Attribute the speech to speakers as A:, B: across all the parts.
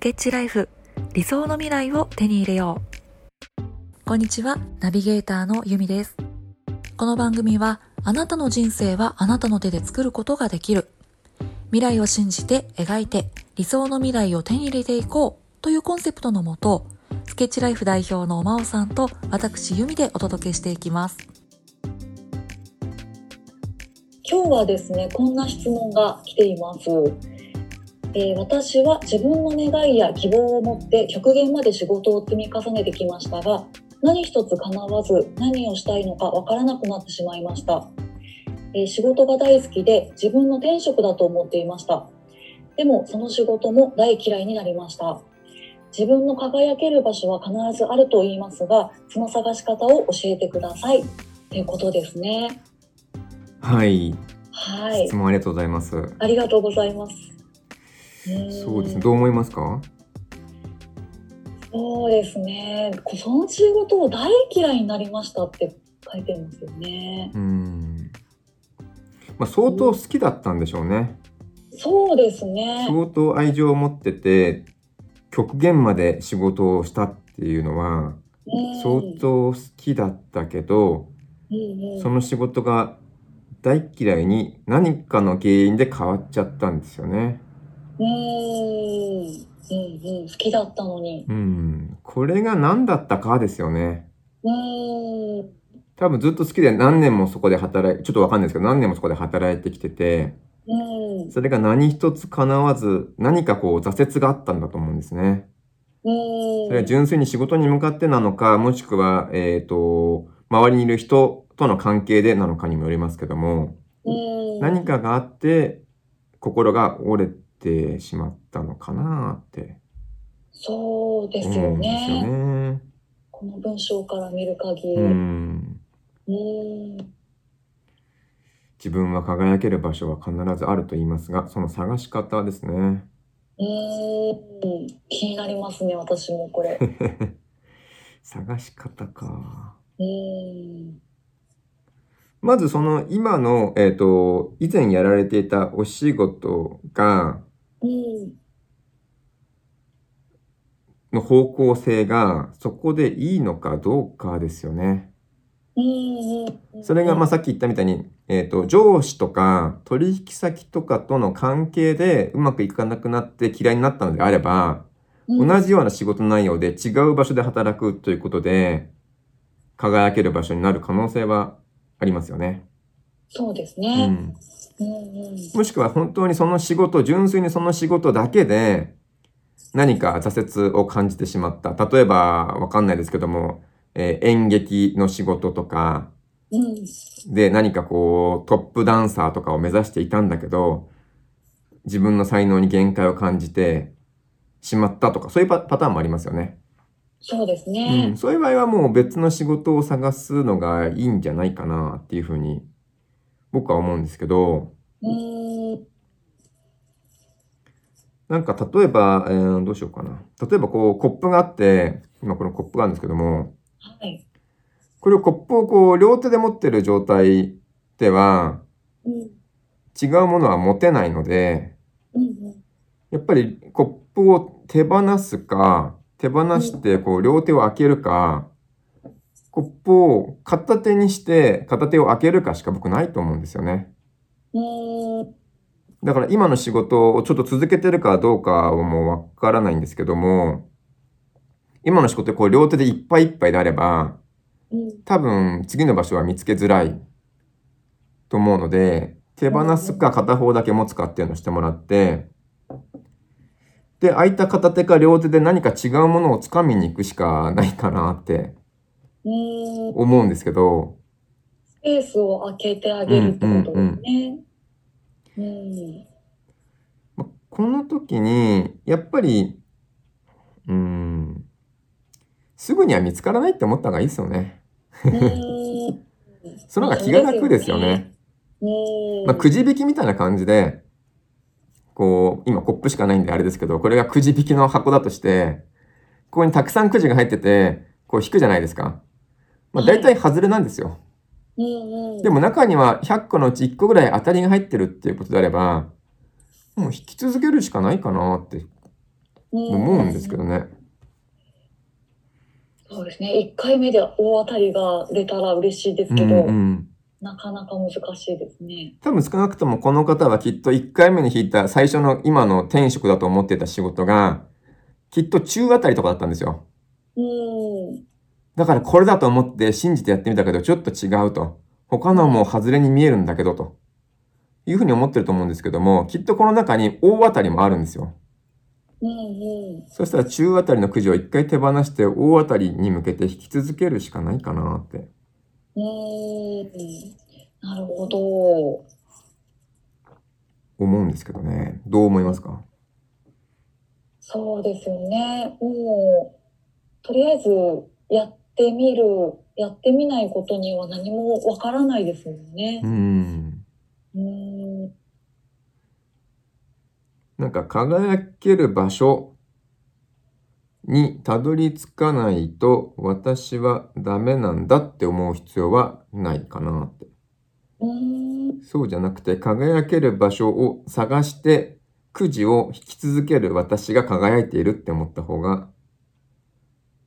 A: ケッチライフ理想の未来を手に入れようこんにちはナビゲーターのゆみですこの番組はあなたの人生はあなたの手で作ることができる未来を信じて描いて理想の未来を手に入れていこうというコンセプトのもとスケッチライフ代表のまおさんと私ゆみでお届けしていきます
B: 今日はですねこんな質問が来ています、えー私は自分の願いや希望を持って極限まで仕事を積み重ねてきましたが何一つ叶わず何をしたいのかわからなくなってしまいました、えー仕事が大好きで自分の天職だと思っていましたでもその仕事も大嫌いになりました自分の輝ける場所は必ずあると言いますがその探し方を教えてくださいということですね
C: はい、
B: はい
C: 質問ありがとうございます。
B: ありがとうございます。
C: そうですね、
B: ね。
C: どう思いますか。
B: そうですね。こその仕事を大嫌いになりましたって書いてますよね。
C: うん。まあ、相当好きだったんでしょうね。
B: そうですね。
C: 相当愛情を持ってて、極限まで仕事をしたっていうのは、
B: うん
C: 相当好きだったけど、
B: うんうん
C: その仕事が大嫌いに何かの原因で変わっちゃったんですよね。
B: うんうんうん好きだったのに。
C: うん。これが何だったかですよね。
B: うんうん
C: 多分ずっと好きで何年もそこで働い、ちょっとわかんないですけど、何年もそこで働いてきてて、
B: うん
C: それが何一つ叶わず、何かこう挫折があったんだと思うんですね。それは純粋に仕事に向かってなのか、もしくは、えっ、と、周りにいる人との関係でなのかにもよりますけども、
B: うん
C: 何かがあって、心が折れてしまったのかなって
B: そうです
C: 思
B: よ
C: うんですよ
B: ね。
C: ね。
B: この文章から見る限り。
C: うん。
B: うん
C: 自分は輝ける場所は必ずあると言いますが、その探し方ですね。
B: うん気になりますね。私もこ れ。
C: 探し方か。
B: うん
C: まずその今の、えっ、と、以前やられていたお仕事が、
B: うん
C: の方向性がそこでいいのかどうかですよね。それが、まあ、さっき言ったみたいに、えっ、と、上司とか取引先とかとの関係でうまくいかなくなって嫌いになったのであれば、同じような仕事内容で違う場所で働くということで、輝ける場所になる可能性はありますよね。
B: そうです
C: う
B: ね。
C: ん。
B: うんうん
C: もしくは本当にその仕事、純粋にその仕事だけで何か挫折を感じてしまった。例えば、わかんないですけども、えー演劇の仕事とか
B: うん
C: で何かこうトップダンサーとかを目指していたんだけど、自分の才能に限界を感じてしまったとか、そういうパパターンもありますよね。
B: そうです
C: う
B: ね
C: ん。。そういう場合はもう別の仕事を探すのがいいんじゃないかなっていうふうに僕は思うんですけど、
B: うん
C: なんか例えば、えーどうしようかな。例えばこうコップがあって、今このコップがあるんですけども、
B: はい。
C: これをコップをこう両手で持ってる状態では
B: うん
C: 違うものは持てないので、
B: うん
C: やっぱりコップを手放すか、手放してこう両手を開けるか、コップを片手にして片手を開けるかしか僕ないと思うんですよね。
B: うんうん
C: だから今の仕事をちょっと続けてるかどうかはもうわからないんですけども、今の仕事でこう両手でいっぱいいっぱいであれば、
B: うん
C: 多分次の場所は見つけづらいと思うので、手放すか片方だけ持つかっていうのをしてもらって、で、空いた片手か両手で何か違うものを掴みに行くしかないかなって
B: うん
C: 思うんですけど、
B: スペースを空けてあげるってことですね。うん
C: まこの時に、やっぱり、うーん、すぐには見つからないって思った方がいいですよね。
B: うん
C: その方が気が楽ですよね。
B: うん
C: まあ、くじ引きみたいな感じで、こう、今コップしかないんであれですけど、これがくじ引きの箱だとして、ここにたくさんくじが入ってて、こう引くじゃないですか。まあ、大体外れなんですよ。
B: うんうん
C: でも中には100個のうち1個ぐらい当たりが入ってるっていうことであれば、もう引き続けるしかないかなって思うんですけどね。
B: そうですね。1回目で大当たりが出たら嬉しいですけど、
C: うんうん
B: なかなか難しいですね。
C: 多分少なくともこの方はきっと1回目に引いた最初の今の転職だと思ってた仕事が、きっと中あたりとかだったんですよ。
B: うん。
C: だからこれだと思って信じてやってみたけど、ちょっと違うと。他のも外れに見えるんだけど、というふうに思ってると思うんですけども、きっとこの中に大当たりもあるんですよ。
B: うんうん。
C: そしたら中あたりのくじを一回手放して大当たりに向けて引き続けるしかないかなって。
B: うん。なるほど。
C: 思うんですけどね。どう思いますか
B: そうですよね。もう、とりあえずやってみる、やってみないことには何もわからないですもんね
C: う。ん。
B: うん。
C: なんか輝ける場所にたどり着かないと私はダメなんだって思う必要はないかなって。
B: うん。
C: そうじゃなくて輝ける場所を探してくじを引き続ける私が輝いているって思った方が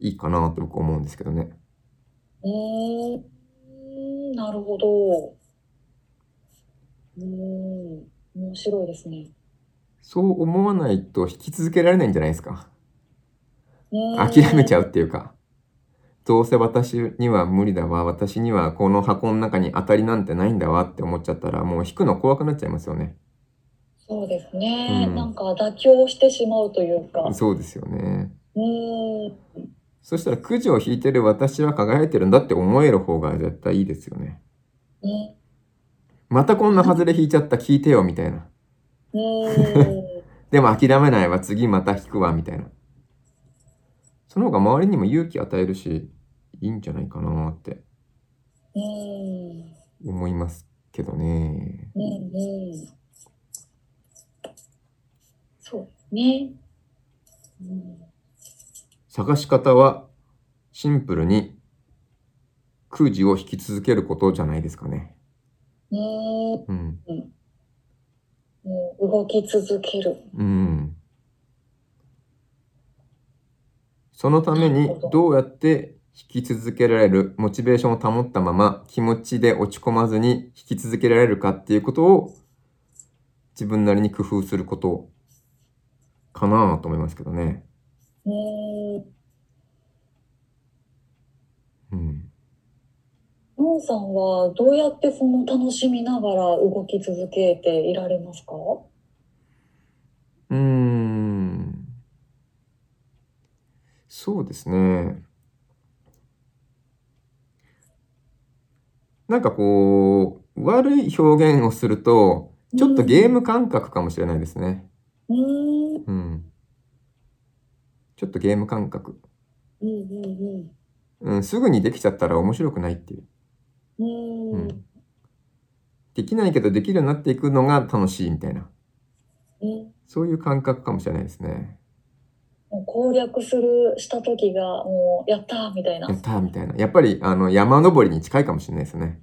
C: いいかなと僕思うんですけどね。
B: うーん、なるほど。うーん、面白いですね。
C: そう思わないと引き続けられないんじゃないですか。
B: 諦
C: 諦めち
B: ゃ
C: ゃうっていうか。どうせ私には無理だわ。私にはこの箱の中に当たりなんてないんだわって思っちゃったら、もう引くの怖くなっちゃいますよね。
B: そうですね。
C: うん
B: なんか妥協してしまうというか。う
C: そうですよね。
B: ーん、
C: そしたらくじを引いてる私は輝いてるんだって思える方が絶対いいですよね。
B: ね
C: またこんな外れ引いちゃった、聞いてよ、みたいな。
B: うーん、
C: でも諦めないわ、次また引くわ、みたいな。その方が周りにも勇気与えるし、いいんじゃないかなって
B: うーん、
C: 思いますけどね。
B: うん、うん。そうですね。うん、
C: 探し方はシンプルに空時を引き続けることじゃないですかね。
B: うーん
C: うん。
B: もう動き続ける。
C: うん。そのためにどうやって引き続けられる、モチベーションを保ったまま気持ちで落ち込まずに引き続けられるかっていうことを自分なりに工夫することかなと思いますけどね。
B: うーん、
C: うん。
B: のんさんはどうやってその楽しみながら動き続けていられますか
C: うーん。そうですね。なんかこう、悪い表現をすると、ちょっとゲーム感覚かもしれないですね。
B: うーん。うん
C: うん。ちょっとゲーム感覚。
B: うん
C: うん、すぐにできちゃったら面白くないっていう。
B: うん。う。
C: うんん。できないけどできるようになっていくのが楽しいみたいな。
B: うん。
C: そういう感覚かもしれないですね。
B: もう攻略する、した時が、もう、やったーみたいな。う
C: やったーみたいな。やっぱり、あの、山登りに近いかもしれないですね。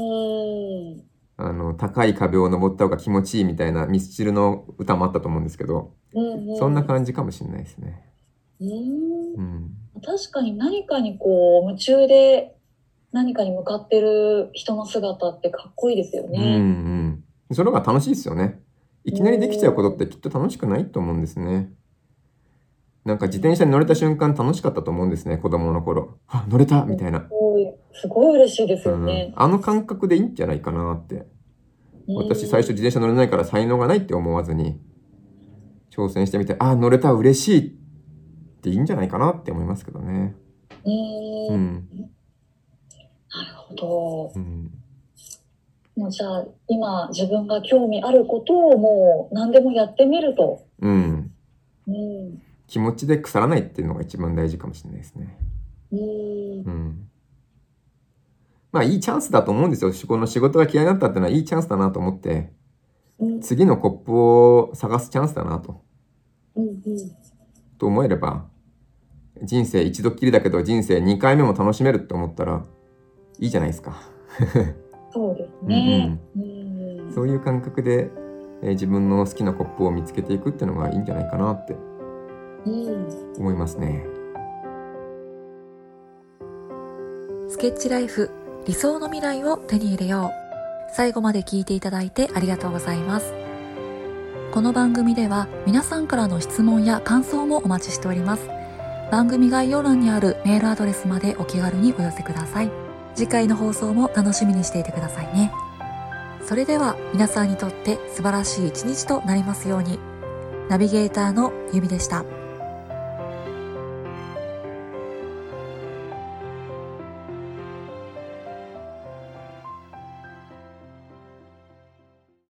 B: ーん。
C: あの、高い壁を登った方が気持ちいいみたいなミスチルの歌もあったと思うんですけど、
B: うん、うん。
C: そんな感じかもしれないですね。
B: うーん。
C: うん。
B: 確かに何かにこう、夢中で、何かに向かってる人の姿ってかっこいいですよ
C: うん
B: ね。
C: うん。その方が楽しいですよね。いきなりできちゃうことってきっと楽しくないと思うんですね。なんか自転車に乗れた瞬間楽しかったと思うんですね、子供の頃。あ、乗れたみたいな
B: す。ごい、すごい嬉しいです
C: う
B: よ
C: ん
B: ね。。
C: あの感覚でいいんじゃないかなって。私最初
B: うん
C: 自転車乗れないから才能がないって思わずに、挑戦してみて、あ、乗れた嬉しいっていいんじゃないかなって思いますけどね。
B: う。
C: うんん。
B: なるほど。
C: うん
B: もうじゃあ今自分が興味あることをもう何でもやってみると。
C: うん。
B: うん。
C: 気持ちで腐らないっていうのが一番大事かもしれないですね。
B: うん。
C: うん。まあいいチャンスだと思うんですよ。この仕事が嫌いになったってのはいいチャンスだなと思って、
B: うん。
C: 次のコップを探すチャンスだなと、
B: うん。うん。
C: と思えれば、人生一度っきりだけど人生2回目も楽しめるって思ったら、いいじゃないですか。
B: そうですね。うん。
C: そういう感覚で、えー自分の好きなコップを見つけていくっていうのがいいんじゃないかなって
B: うん
C: 思いますね。
A: スケッチライフ理想の未来を手に入れよう最後まで聞いていただいてありがとうございますこの番組では皆さんからの質問や感想もお待ちしております番組概要欄にあるメールアドレスまでお気軽にお寄せください次回の放送も楽しみにしていてくださいねそれでは皆さんにとって素晴らしい一日となりますようにナビゲーターのゆみでした。